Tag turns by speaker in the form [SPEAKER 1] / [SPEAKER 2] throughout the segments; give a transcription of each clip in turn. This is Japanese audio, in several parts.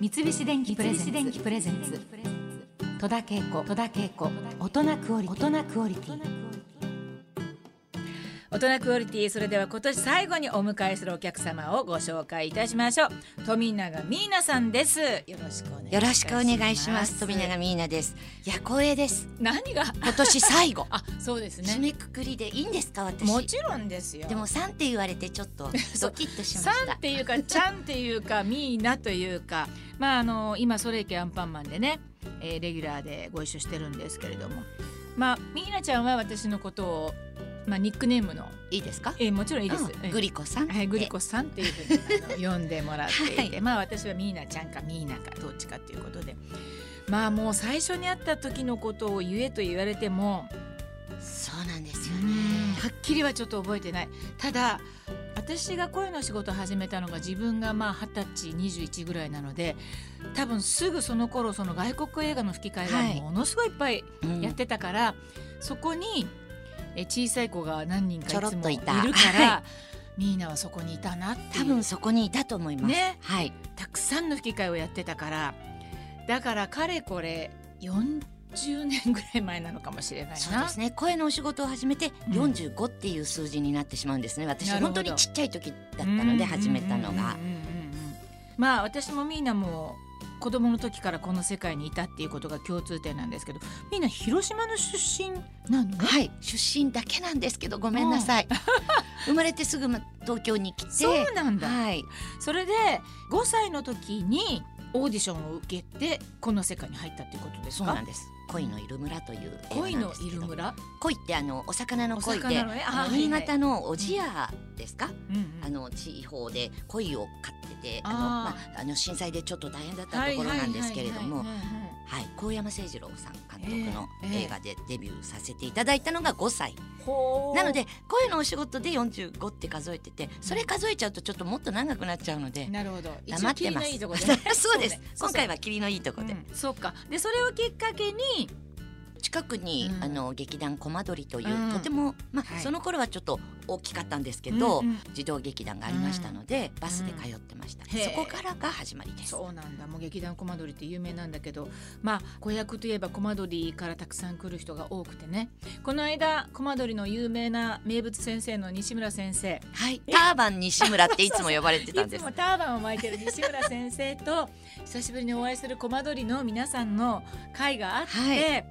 [SPEAKER 1] 三菱電機プレゼンツ戸田恵子戸田恵子大人クオリティ大人クオリティ
[SPEAKER 2] 大人クオリティそれでは今年最後にお迎えするお客様をご紹介いたしましょう富永美奈さんですよろしくお願いします
[SPEAKER 3] よろしくお願いします。富永美奈です。いや光栄です。
[SPEAKER 2] 何が。
[SPEAKER 3] 今年最後
[SPEAKER 2] あそうです
[SPEAKER 3] 締
[SPEAKER 2] ね
[SPEAKER 3] めくくりでいいんですか私。
[SPEAKER 2] もちろんですよ
[SPEAKER 3] でも三って言われてちょっとドキッとしま
[SPEAKER 2] さ
[SPEAKER 3] し
[SPEAKER 2] ん
[SPEAKER 3] た
[SPEAKER 2] っ。ていうかちゃんっていうかミーナというかまああの今「それいけアンパンマン」でね、えーレギュラーでご一緒してるんですけれどもまあミーナちゃんは私のことを、まあ、ニックネームの、
[SPEAKER 3] いいですか？
[SPEAKER 2] えーもちろんいいです、
[SPEAKER 3] うんグリコさん。
[SPEAKER 2] はい、グリ
[SPEAKER 3] で。
[SPEAKER 2] コさんっていうふうにあの呼んでもらっていて、
[SPEAKER 3] は
[SPEAKER 2] まあ私はミーナちゃんかミーナかどっちかっていうことでまあもう最初に会った時のことを言えと言われても
[SPEAKER 3] そうなんですよ
[SPEAKER 2] う
[SPEAKER 3] ね。
[SPEAKER 2] んはっきりはちょっと覚えてないただ私が声の仕事を始めたのが自分がまあ二十歳21ぐらいなので多分すぐその頃その外国映画の吹き替
[SPEAKER 3] は
[SPEAKER 2] え
[SPEAKER 3] い
[SPEAKER 2] がものすごいいっぱい
[SPEAKER 3] うん
[SPEAKER 2] やってたから、そこにえ小さい子が何人か
[SPEAKER 3] ちょ
[SPEAKER 2] い
[SPEAKER 3] ろっ
[SPEAKER 2] つ
[SPEAKER 3] と
[SPEAKER 2] もい
[SPEAKER 3] い
[SPEAKER 2] るか
[SPEAKER 3] た
[SPEAKER 2] ら、
[SPEAKER 3] は
[SPEAKER 2] ミーナはそこにいたなってい
[SPEAKER 3] 多
[SPEAKER 2] う
[SPEAKER 3] 分そこにいたと思います。
[SPEAKER 2] ね
[SPEAKER 3] はい。
[SPEAKER 2] たくさんの吹き替えをやってたからだからかれこれ40年ぐらい前なのかもしれないな。
[SPEAKER 3] そうですね。声のお仕事を始めて
[SPEAKER 2] うん
[SPEAKER 3] 四十五っていう数字になってしまうんですね。私
[SPEAKER 2] なるほ
[SPEAKER 3] 本
[SPEAKER 2] ど
[SPEAKER 3] 当にちっちゃい時だったので始めたのが
[SPEAKER 2] うん。うんうんうんうんまあ私もミーナも子供の時からこの世界にいたっていうことが共通点なんですけどみんな広島の出身なのね
[SPEAKER 3] はい。出身だけなんですけどごめんなさい。 生まれてすぐま東京に来て。
[SPEAKER 2] そうなんだ、
[SPEAKER 3] はい。
[SPEAKER 2] それで5歳の時にオーディションを受けてこの世界に入ったっていうことです
[SPEAKER 3] そうな
[SPEAKER 2] か
[SPEAKER 3] んです。恋のいる村という映
[SPEAKER 2] 恋
[SPEAKER 3] 画なん
[SPEAKER 2] の
[SPEAKER 3] です
[SPEAKER 2] い
[SPEAKER 3] け
[SPEAKER 2] る
[SPEAKER 3] ど。
[SPEAKER 2] 村、
[SPEAKER 3] 恋ってあのお魚の恋
[SPEAKER 2] お魚
[SPEAKER 3] で
[SPEAKER 2] のね、あ
[SPEAKER 3] あ
[SPEAKER 2] はい
[SPEAKER 3] の
[SPEAKER 2] はい
[SPEAKER 3] 新潟のおじやですか？
[SPEAKER 2] うんうん
[SPEAKER 3] あの地方で鯉を飼ってて、あの
[SPEAKER 2] あ
[SPEAKER 3] まああの震災でちょっと大変だったところなんですけれども
[SPEAKER 2] はい、はいはいはいはい
[SPEAKER 3] はい、高山誠二郎さん監督の
[SPEAKER 2] ええ
[SPEAKER 3] 映画でデビューさせていただいたのが5歳。
[SPEAKER 2] ほう
[SPEAKER 3] なので声のお仕事で45って数えてて、それ数えちゃうとちょっともっと長くなっちゃうので、
[SPEAKER 2] なるほど一応
[SPEAKER 3] 黙ってます。
[SPEAKER 2] 切りのいいとこでね
[SPEAKER 3] そうです。
[SPEAKER 2] そうね
[SPEAKER 3] 今回は霧のいいとこ
[SPEAKER 2] そう
[SPEAKER 3] で。
[SPEAKER 2] ねうんそうかでそれをきっかけに
[SPEAKER 3] 近くに、
[SPEAKER 2] うん
[SPEAKER 3] あの劇団コマドリという、
[SPEAKER 2] うん
[SPEAKER 3] とてもまあ、
[SPEAKER 2] はい
[SPEAKER 3] その頃はちょっと大きかったんですけど、
[SPEAKER 2] うんうん
[SPEAKER 3] 児童劇団がありましたので、バスで通ってました、
[SPEAKER 2] へえ
[SPEAKER 3] そこからが始まりです
[SPEAKER 2] そうなんだもう劇団コマドリって有名なんだけどまあ子役といえばコマドリからたくさん来る人が多くてねこの間コマドリの有名な名物先生の西村先生
[SPEAKER 3] はいターバン西村っていつも呼ばれてた んで
[SPEAKER 2] いつ
[SPEAKER 3] す
[SPEAKER 2] もターバンを巻いてる西村先生と 久しぶりにお会いするコマドリの皆さんの会があって、
[SPEAKER 3] は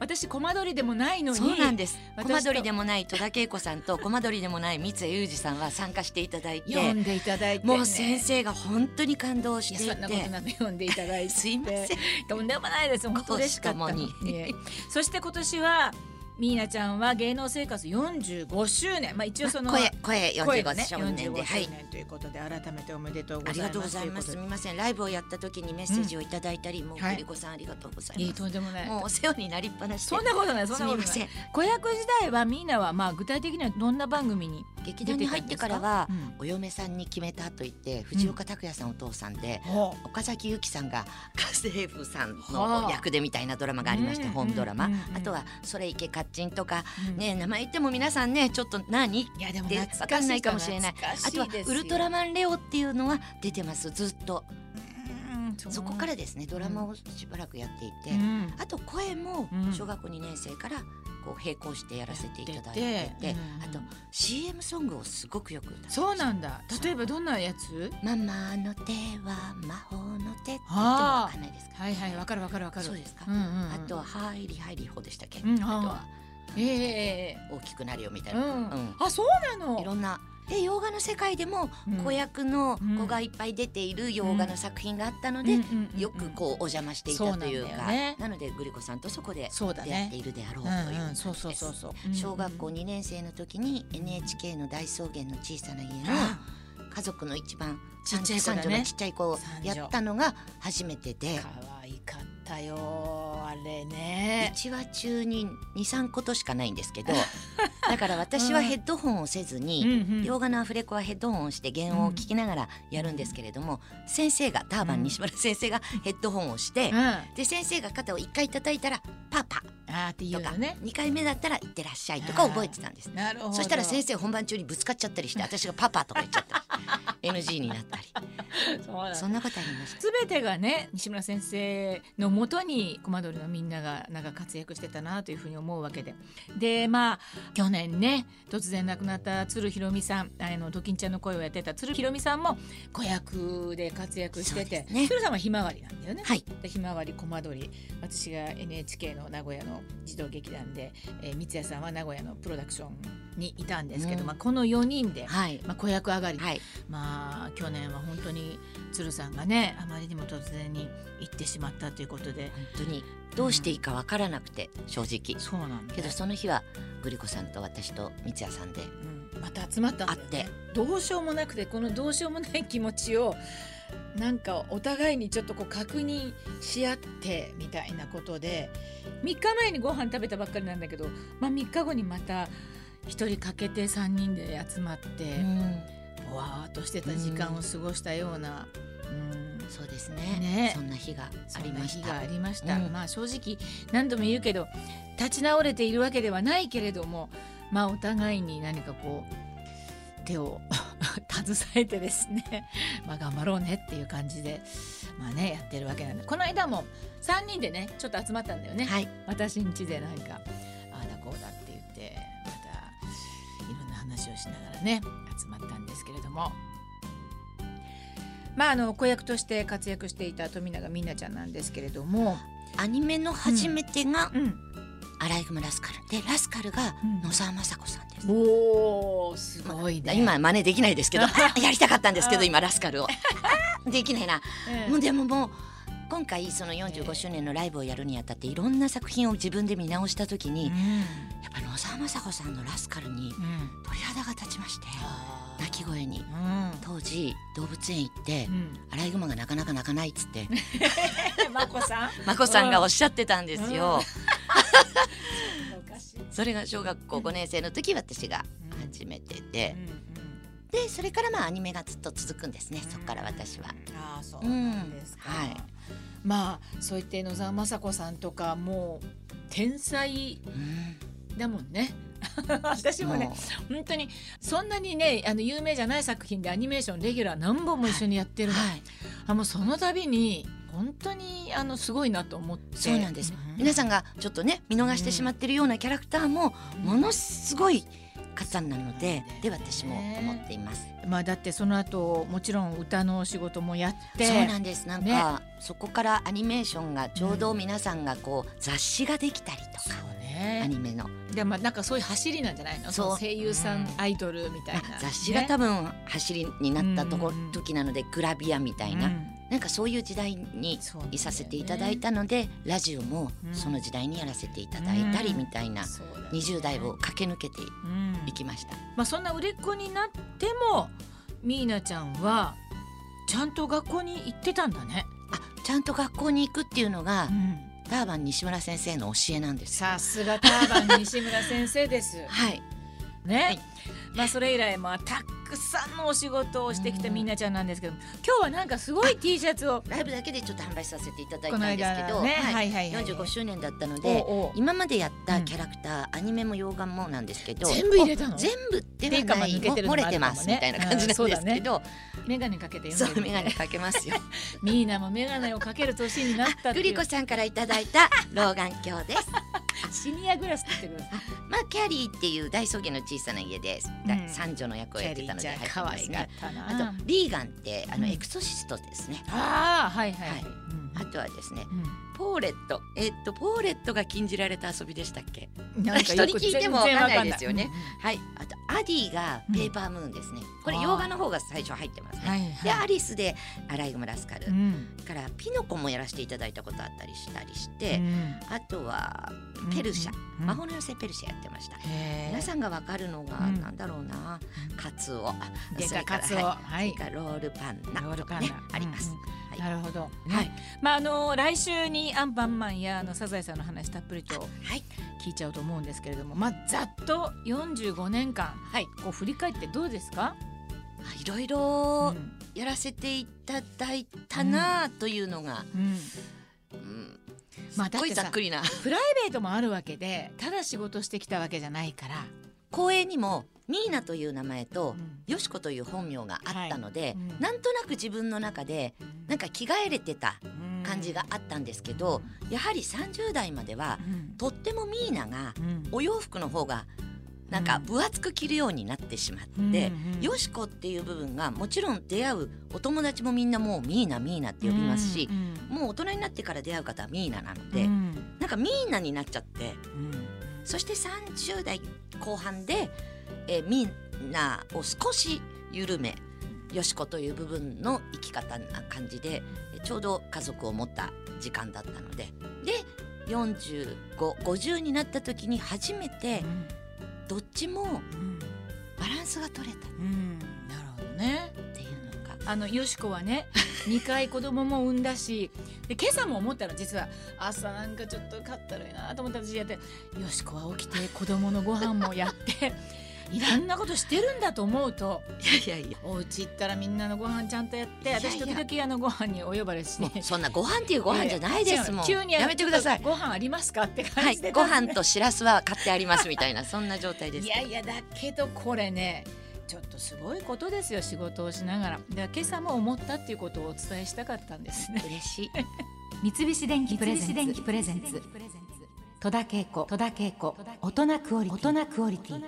[SPEAKER 2] 私コマドリでもないのに
[SPEAKER 3] そうなんです
[SPEAKER 2] 私と
[SPEAKER 3] コマドリでもない戸田恵子さんとコマドリでもない三井裕二さんは参加していただい
[SPEAKER 2] 読
[SPEAKER 3] て
[SPEAKER 2] んでいただいて、ね、
[SPEAKER 3] もう先生が本当に感動し
[SPEAKER 2] いや
[SPEAKER 3] てい
[SPEAKER 2] そんなこと
[SPEAKER 3] て
[SPEAKER 2] なく読んでいた だいて
[SPEAKER 3] すいません
[SPEAKER 2] とんでもないです本当嬉しかった
[SPEAKER 3] 公私ともに
[SPEAKER 2] いえ そして今年はミーナちゃんは芸能生活45周年まあ一応その
[SPEAKER 3] 声声
[SPEAKER 2] 声がね
[SPEAKER 3] 45ね少年で
[SPEAKER 2] 45
[SPEAKER 3] は
[SPEAKER 2] 周
[SPEAKER 3] い
[SPEAKER 2] 年ということで改めておめでとうございます
[SPEAKER 3] ありがとうございます。
[SPEAKER 2] と
[SPEAKER 3] す
[SPEAKER 2] うこ
[SPEAKER 3] みません、ライブをやった時にメッセージをいただいたり、もうグリコさんありがとうござ
[SPEAKER 2] とでい
[SPEAKER 3] い
[SPEAKER 2] い
[SPEAKER 3] ます。
[SPEAKER 2] とんでもない
[SPEAKER 3] もうお世話になりっぱなしで。
[SPEAKER 2] そんなことないそん
[SPEAKER 3] す
[SPEAKER 2] なこ
[SPEAKER 3] み
[SPEAKER 2] と
[SPEAKER 3] ま
[SPEAKER 2] ない
[SPEAKER 3] せん。
[SPEAKER 2] 子役時代はミーナはまあ具体的にはどんな番組に
[SPEAKER 3] 劇
[SPEAKER 2] 出
[SPEAKER 3] 団
[SPEAKER 2] て
[SPEAKER 3] に
[SPEAKER 2] た
[SPEAKER 3] 入
[SPEAKER 2] ん
[SPEAKER 3] っ
[SPEAKER 2] で
[SPEAKER 3] て
[SPEAKER 2] すか
[SPEAKER 3] からは
[SPEAKER 2] う、
[SPEAKER 3] お嫁さんに決めたと言って、藤岡拓也さんお父さんで。
[SPEAKER 2] ん
[SPEAKER 3] 岡崎由紀さんが家政婦さん
[SPEAKER 2] はあ
[SPEAKER 3] の役でみたいなドラマがありまして、
[SPEAKER 2] うん
[SPEAKER 3] ホームドラマ、
[SPEAKER 2] うんうん
[SPEAKER 3] あとは「それいけかっちん」とか、
[SPEAKER 2] うん
[SPEAKER 3] ね名前言っても皆さんねちょっと何
[SPEAKER 2] いやでも
[SPEAKER 3] で
[SPEAKER 2] 懐
[SPEAKER 3] わ
[SPEAKER 2] か
[SPEAKER 3] か
[SPEAKER 2] し
[SPEAKER 3] ん
[SPEAKER 2] い
[SPEAKER 3] ないかもしれない
[SPEAKER 2] 懐か
[SPEAKER 3] あ
[SPEAKER 2] し
[SPEAKER 3] とは
[SPEAKER 2] です
[SPEAKER 3] 「ウルトラマンレオ」っていうのは出てますずっと
[SPEAKER 2] うんう
[SPEAKER 3] そこからですねドラマをしばらくやっていて、
[SPEAKER 2] うん
[SPEAKER 3] あと声も
[SPEAKER 2] うん
[SPEAKER 3] 小学校2年生からこう並行してやらせていただいて
[SPEAKER 2] や
[SPEAKER 3] て
[SPEAKER 2] っててうん
[SPEAKER 3] あと CM ソングをすごくよく歌って
[SPEAKER 2] そうなんだ例えばどんなやつ
[SPEAKER 3] ママの手は魔法の手って言っても
[SPEAKER 2] あー
[SPEAKER 3] わかんないですか
[SPEAKER 2] はいはいわかるわかるわかる
[SPEAKER 3] そうですか、
[SPEAKER 2] うんうんうん
[SPEAKER 3] あとは「はいりはいりほ」でしたっけ、
[SPEAKER 2] うん
[SPEAKER 3] あとは
[SPEAKER 2] ええええ
[SPEAKER 3] 「大きくなるよ」みたい
[SPEAKER 2] うん
[SPEAKER 3] な、うん
[SPEAKER 2] あそうなの
[SPEAKER 3] いろんなで洋画の世界でも子役の子がいっぱい出ている洋画の作品があったので、よくこうお邪魔していたとい
[SPEAKER 2] そ
[SPEAKER 3] う
[SPEAKER 2] うなん
[SPEAKER 3] か、
[SPEAKER 2] だよね
[SPEAKER 3] なのでグリコさんとそこで
[SPEAKER 2] そうだ
[SPEAKER 3] 出会っ
[SPEAKER 2] ね
[SPEAKER 3] ているであろ
[SPEAKER 2] う
[SPEAKER 3] うというん感
[SPEAKER 2] うん
[SPEAKER 3] じ
[SPEAKER 2] そうそう
[SPEAKER 3] です
[SPEAKER 2] そうそう
[SPEAKER 3] 小学校
[SPEAKER 2] に
[SPEAKER 3] 2年生の時に NHK の大草原の小さな家の家族の一番
[SPEAKER 2] ちっちゃい子だね
[SPEAKER 3] 三女のちっちゃい子を
[SPEAKER 2] 三女
[SPEAKER 3] やったのが初めてで
[SPEAKER 2] 可愛かったよあれね
[SPEAKER 3] 1話中に23ことしかないんです けどだから私はヘッドホンをせずに洋画のアフレコはヘッドホンをして原音を聞きながらやるんですけれども先生がターバン西村先生がヘッドホンをして
[SPEAKER 2] うんあ
[SPEAKER 3] で先生が肩を1回叩いたら「パパ」
[SPEAKER 2] ーっていう
[SPEAKER 3] と
[SPEAKER 2] の
[SPEAKER 3] か
[SPEAKER 2] ね
[SPEAKER 3] 2回目だったら「いってらっしゃい」とか覚えてたんです。
[SPEAKER 2] なるほど
[SPEAKER 3] そしたら先
[SPEAKER 2] 生
[SPEAKER 3] 生本番中にぶつかっちゃったりして私がパパとか言っちゃったり NG になったり
[SPEAKER 2] そうなんだ
[SPEAKER 3] そんなことありました
[SPEAKER 2] 全てがね西村先生のもとにコマドリのみんながなんか活躍してたなというふうに思うわけででまあ去年ね突然亡くなった鶴ひろみさんあのドキンちゃんの声をやってた鶴ひろみさんも子役で活躍して
[SPEAKER 3] そう
[SPEAKER 2] て、
[SPEAKER 3] ですね
[SPEAKER 2] 鶴さんはひまわりなんだよね。
[SPEAKER 3] はい
[SPEAKER 2] でひまわりコマドリ私が NHK の名古屋の児童劇団で、えー、三谷さんは名古屋のプロダクションにいたんですけど、
[SPEAKER 3] うん
[SPEAKER 2] まあ、この4人で、
[SPEAKER 3] はい
[SPEAKER 2] まあ、子役上がり
[SPEAKER 3] はい
[SPEAKER 2] まあ去年は本当に鶴さんがねあまりにも突然に行ってしまったということで
[SPEAKER 3] 本当にどうしていいかわからなくて正直
[SPEAKER 2] そうなんだ
[SPEAKER 3] けどその日はグリコさんと私と三谷さんで
[SPEAKER 2] うんまた集まったんだよね
[SPEAKER 3] 会って
[SPEAKER 2] どうしようもなくてこのどうしようもない気持ちをなんかお互いにちょっとこう確認し合ってみたいなことで3日前にご飯食べたばっかりなんだけど、まあ、3日後にまた1人欠けて3人で集まって
[SPEAKER 3] うん
[SPEAKER 2] ぼわーっとしてた時間を過ごしたような。うん
[SPEAKER 3] そうですね
[SPEAKER 2] ね
[SPEAKER 3] そんな日が
[SPEAKER 2] そ
[SPEAKER 3] あ
[SPEAKER 2] ん
[SPEAKER 3] り
[SPEAKER 2] な
[SPEAKER 3] まし
[SPEAKER 2] 日が
[SPEAKER 3] た
[SPEAKER 2] ありました、
[SPEAKER 3] うん
[SPEAKER 2] まあ正直何度も言うけど立ち直れているわけではないけれどもまあお互いに何かこう手を 携えてですね まあ頑張ろうねっていう感じでまあねやってるわけなんでこの間も3人でねちょっと集まったんだよね、
[SPEAKER 3] はい
[SPEAKER 2] 私ん家でなんかああだこうだって言ってまたいろんな話をしながらね集まったんですけれどもまああの子役として活躍していた富永みんなちゃんなんですけれども、
[SPEAKER 3] アニメの初めてが
[SPEAKER 2] うん、
[SPEAKER 3] アライグマラスカルでラスカルが野沢雅子さんです、
[SPEAKER 2] おーすごいね、
[SPEAKER 3] 今真似できないですけどあやりたかったんですけ
[SPEAKER 2] う
[SPEAKER 3] ど
[SPEAKER 2] ん
[SPEAKER 3] 今ラスカ ルをあできないな
[SPEAKER 2] うん
[SPEAKER 3] もうでももう今回その45周年のライブをやるにあたっていろんな作品を自分で見直した時に、やっぱ野沢雅子さんの「ラスカル」に
[SPEAKER 2] うんうん
[SPEAKER 3] 鳥肌が立ちまして泣き声に
[SPEAKER 2] うん
[SPEAKER 3] 当時動物園行っ て
[SPEAKER 2] うん
[SPEAKER 3] アライグマがなかなか泣かないっつって
[SPEAKER 2] まこさん
[SPEAKER 3] 眞子さんがおっしゃってたんですよ、
[SPEAKER 2] おかしい、
[SPEAKER 3] それが小学校5年生の時私が
[SPEAKER 2] うん
[SPEAKER 3] 始めてて
[SPEAKER 2] う、んうん
[SPEAKER 3] でそれからまあアニメがずっと続くんですね、そこから私は。
[SPEAKER 2] ああそうなんですか、
[SPEAKER 3] うんはい
[SPEAKER 2] まあそう言って野沢雅子さんとかもう天才
[SPEAKER 3] うん
[SPEAKER 2] だもん ね私もね
[SPEAKER 3] も
[SPEAKER 2] 本当にそんなにねあの有名じゃない作品でアニメーションレギュラー何本も一緒にやって
[SPEAKER 3] う
[SPEAKER 2] るの、
[SPEAKER 3] はい、
[SPEAKER 2] あもうその度に本当にあのすごいなと思って
[SPEAKER 3] そうなんです、皆さんがちょっとね見逃してしまってるようなキャラクターもものすごい方なので、で私も思っています。
[SPEAKER 2] まあだってその後もちろん歌のお仕事もやって
[SPEAKER 3] そうなんですなんか、そこからアニメーションがちょうど皆さんがこう雑誌ができたりとか、
[SPEAKER 2] そう
[SPEAKER 3] ア
[SPEAKER 2] ね
[SPEAKER 3] ニメの
[SPEAKER 2] でまあなんかそういう走りなんじゃないの
[SPEAKER 3] そう
[SPEAKER 2] その声優さん、
[SPEAKER 3] うん
[SPEAKER 2] アイドルみたいな
[SPEAKER 3] なんか雑誌が多分走りになったとこ、
[SPEAKER 2] うんうんうん
[SPEAKER 3] 時なのでグラビアみたいな、
[SPEAKER 2] うん
[SPEAKER 3] なんかそういう時代に
[SPEAKER 2] そうなんだよね
[SPEAKER 3] いさせていただいたので、ラジオも
[SPEAKER 2] うん
[SPEAKER 3] その時代にやらせていただいたりみたいな、
[SPEAKER 2] そうだよね
[SPEAKER 3] 20代を、駆け抜けて
[SPEAKER 2] うん
[SPEAKER 3] いきました。
[SPEAKER 2] まあ、そんな売れっ子になってもミーナちゃんはちゃんと学校に行ってたんだね、
[SPEAKER 3] あちゃんと学校に行くっていうのが、
[SPEAKER 2] ん、
[SPEAKER 3] ターバン西村先生の教えなんですよ。
[SPEAKER 2] さすがターバン西村先生です
[SPEAKER 3] はい、
[SPEAKER 2] ね、
[SPEAKER 3] はい
[SPEAKER 2] まあそれ以来まあたくさんのお仕事をしてきた
[SPEAKER 3] うん
[SPEAKER 2] ミーナちゃんなんですけど今日はなんかすごい T シャツを
[SPEAKER 3] ライブだけでちょっと販売させていただい
[SPEAKER 2] こ
[SPEAKER 3] たん
[SPEAKER 2] の
[SPEAKER 3] です
[SPEAKER 2] 間
[SPEAKER 3] けど、
[SPEAKER 2] ね、
[SPEAKER 3] はい
[SPEAKER 2] いはい
[SPEAKER 3] 45周年だったので
[SPEAKER 2] おうおう
[SPEAKER 3] 今までやったキャラクター、アニメも洋画もなんですけど
[SPEAKER 2] 全部入れたの
[SPEAKER 3] お全部で
[SPEAKER 2] ってい
[SPEAKER 3] は
[SPEAKER 2] うかま
[SPEAKER 3] な
[SPEAKER 2] あ
[SPEAKER 3] い
[SPEAKER 2] 抜けてるの
[SPEAKER 3] も
[SPEAKER 2] も
[SPEAKER 3] 漏れてます、みたいな感じなんですけど、
[SPEAKER 2] メガネかけて
[SPEAKER 3] そう
[SPEAKER 2] 読んで
[SPEAKER 3] 眼
[SPEAKER 2] る
[SPEAKER 3] 鏡かけますよ
[SPEAKER 2] ミーナもメガネをかける年 になったって
[SPEAKER 3] グ
[SPEAKER 2] い
[SPEAKER 3] リ
[SPEAKER 2] う
[SPEAKER 3] コさんからいただいた老眼鏡です
[SPEAKER 2] シニアグラスって言ってくる
[SPEAKER 3] まあキャリーっていう大草原の小さな家で、
[SPEAKER 2] うん
[SPEAKER 3] 三女の役を
[SPEAKER 2] キ
[SPEAKER 3] やっ
[SPEAKER 2] ャ
[SPEAKER 3] て
[SPEAKER 2] リ
[SPEAKER 3] た
[SPEAKER 2] ー
[SPEAKER 3] の
[SPEAKER 2] ち
[SPEAKER 3] で
[SPEAKER 2] ゃん
[SPEAKER 3] 入って
[SPEAKER 2] 可
[SPEAKER 3] ま
[SPEAKER 2] 愛
[SPEAKER 3] す
[SPEAKER 2] かっ
[SPEAKER 3] が
[SPEAKER 2] たな
[SPEAKER 3] あとリーガンってあの
[SPEAKER 2] うん
[SPEAKER 3] エクソシストですね、
[SPEAKER 2] ああはいはいは
[SPEAKER 3] はいい、あとはですね
[SPEAKER 2] うん
[SPEAKER 3] ポーレットえっとポーレットが禁じられた遊びでしたっけ
[SPEAKER 2] うんなんかよく
[SPEAKER 3] 人に聞いてもわ
[SPEAKER 2] 全然
[SPEAKER 3] かんないですよね
[SPEAKER 2] わかんない
[SPEAKER 3] はいあとアディがペーパームーンですね、これ洋画の方が最初入ってますね、
[SPEAKER 2] はい
[SPEAKER 3] で
[SPEAKER 2] は
[SPEAKER 3] ア
[SPEAKER 2] い。
[SPEAKER 3] リスでアライグマラスカル、
[SPEAKER 2] ん、
[SPEAKER 3] からピノコもやらせていただいたことあったりしたりして、あとはペルシャ、
[SPEAKER 2] うん
[SPEAKER 3] 魔法の寄せペルシャやってました、
[SPEAKER 2] へー
[SPEAKER 3] 皆さんがわかるのが、
[SPEAKER 2] うん
[SPEAKER 3] なんだろうな
[SPEAKER 2] うん
[SPEAKER 3] カツオ
[SPEAKER 2] で
[SPEAKER 3] そ
[SPEAKER 2] かカ
[SPEAKER 3] れから
[SPEAKER 2] ツオ、
[SPEAKER 3] は
[SPEAKER 2] はいい
[SPEAKER 3] そ。れからロールパンナ
[SPEAKER 2] ロール
[SPEAKER 3] と
[SPEAKER 2] パ
[SPEAKER 3] か
[SPEAKER 2] ン
[SPEAKER 3] ね
[SPEAKER 2] ナ
[SPEAKER 3] あります、
[SPEAKER 2] うん
[SPEAKER 3] はい
[SPEAKER 2] なるほど。
[SPEAKER 3] はい。
[SPEAKER 2] まああの来週にアンパンマンやあのサザエさんの話たっぷりと
[SPEAKER 3] はい
[SPEAKER 2] 聞いちゃうと思うんですけれども、まあざっと45年間
[SPEAKER 3] はい
[SPEAKER 2] こう振り返ってどうですか？
[SPEAKER 3] あいろいうろ
[SPEAKER 2] ん
[SPEAKER 3] やらせていただいたなあというのが、
[SPEAKER 2] うん。
[SPEAKER 3] うん
[SPEAKER 2] まあ
[SPEAKER 3] す
[SPEAKER 2] だっ
[SPEAKER 3] ごい
[SPEAKER 2] て
[SPEAKER 3] ざ
[SPEAKER 2] さ
[SPEAKER 3] っくりな
[SPEAKER 2] プライベートもあるわけで、ただ仕事してきたわけじゃないから。
[SPEAKER 3] 公演にもミーナという名前とよしこという本名があったので、なんとなく自分の中でなんか着替えれてた感じがあったんですけど、やはり30代までは、とってもミーナがお洋服の方がなんか分厚く着るようになってしまって、よしこっていう部分がもちろん出会うお友達もみんなもうミーナミーナって呼びますし、もう大人になってから出会う方はミーナなので、うなんかミーナになっちゃって、そして30代後半で、えー、ミーナを少し緩めよしこという部分の生き方な感じでちょうど家族を持った時間だったのでで4550になった時に初めて、どっちもバランスが取れた、
[SPEAKER 2] うん、なるほどね
[SPEAKER 3] っていうのが
[SPEAKER 2] あのよしこは ね2回子供も産んだしで今朝も思ったの実は朝なんかちょっとかったるいなと思った私やってよしこは起きて子供のご飯もやって。 いろんなことしてるんだと思うと
[SPEAKER 3] いやいやいや
[SPEAKER 2] お家行ったらみんなのご飯ちゃんとやって私時々あのご飯にお呼ばれして
[SPEAKER 3] そんなご飯っていうご飯じゃないですもん
[SPEAKER 2] 急に
[SPEAKER 3] やめてください
[SPEAKER 2] ご飯ありますかって感じで、
[SPEAKER 3] はい、ご飯としらすは買ってありますみたいなそんな状態です
[SPEAKER 2] いやいやだけどこれねちょっとすごいことですよ仕事をしながらだ今朝も思ったっていうことをお伝えしたかったんですね
[SPEAKER 3] 嬉しい
[SPEAKER 1] 三菱電機プレゼンツ戸田恵子大人クオリティ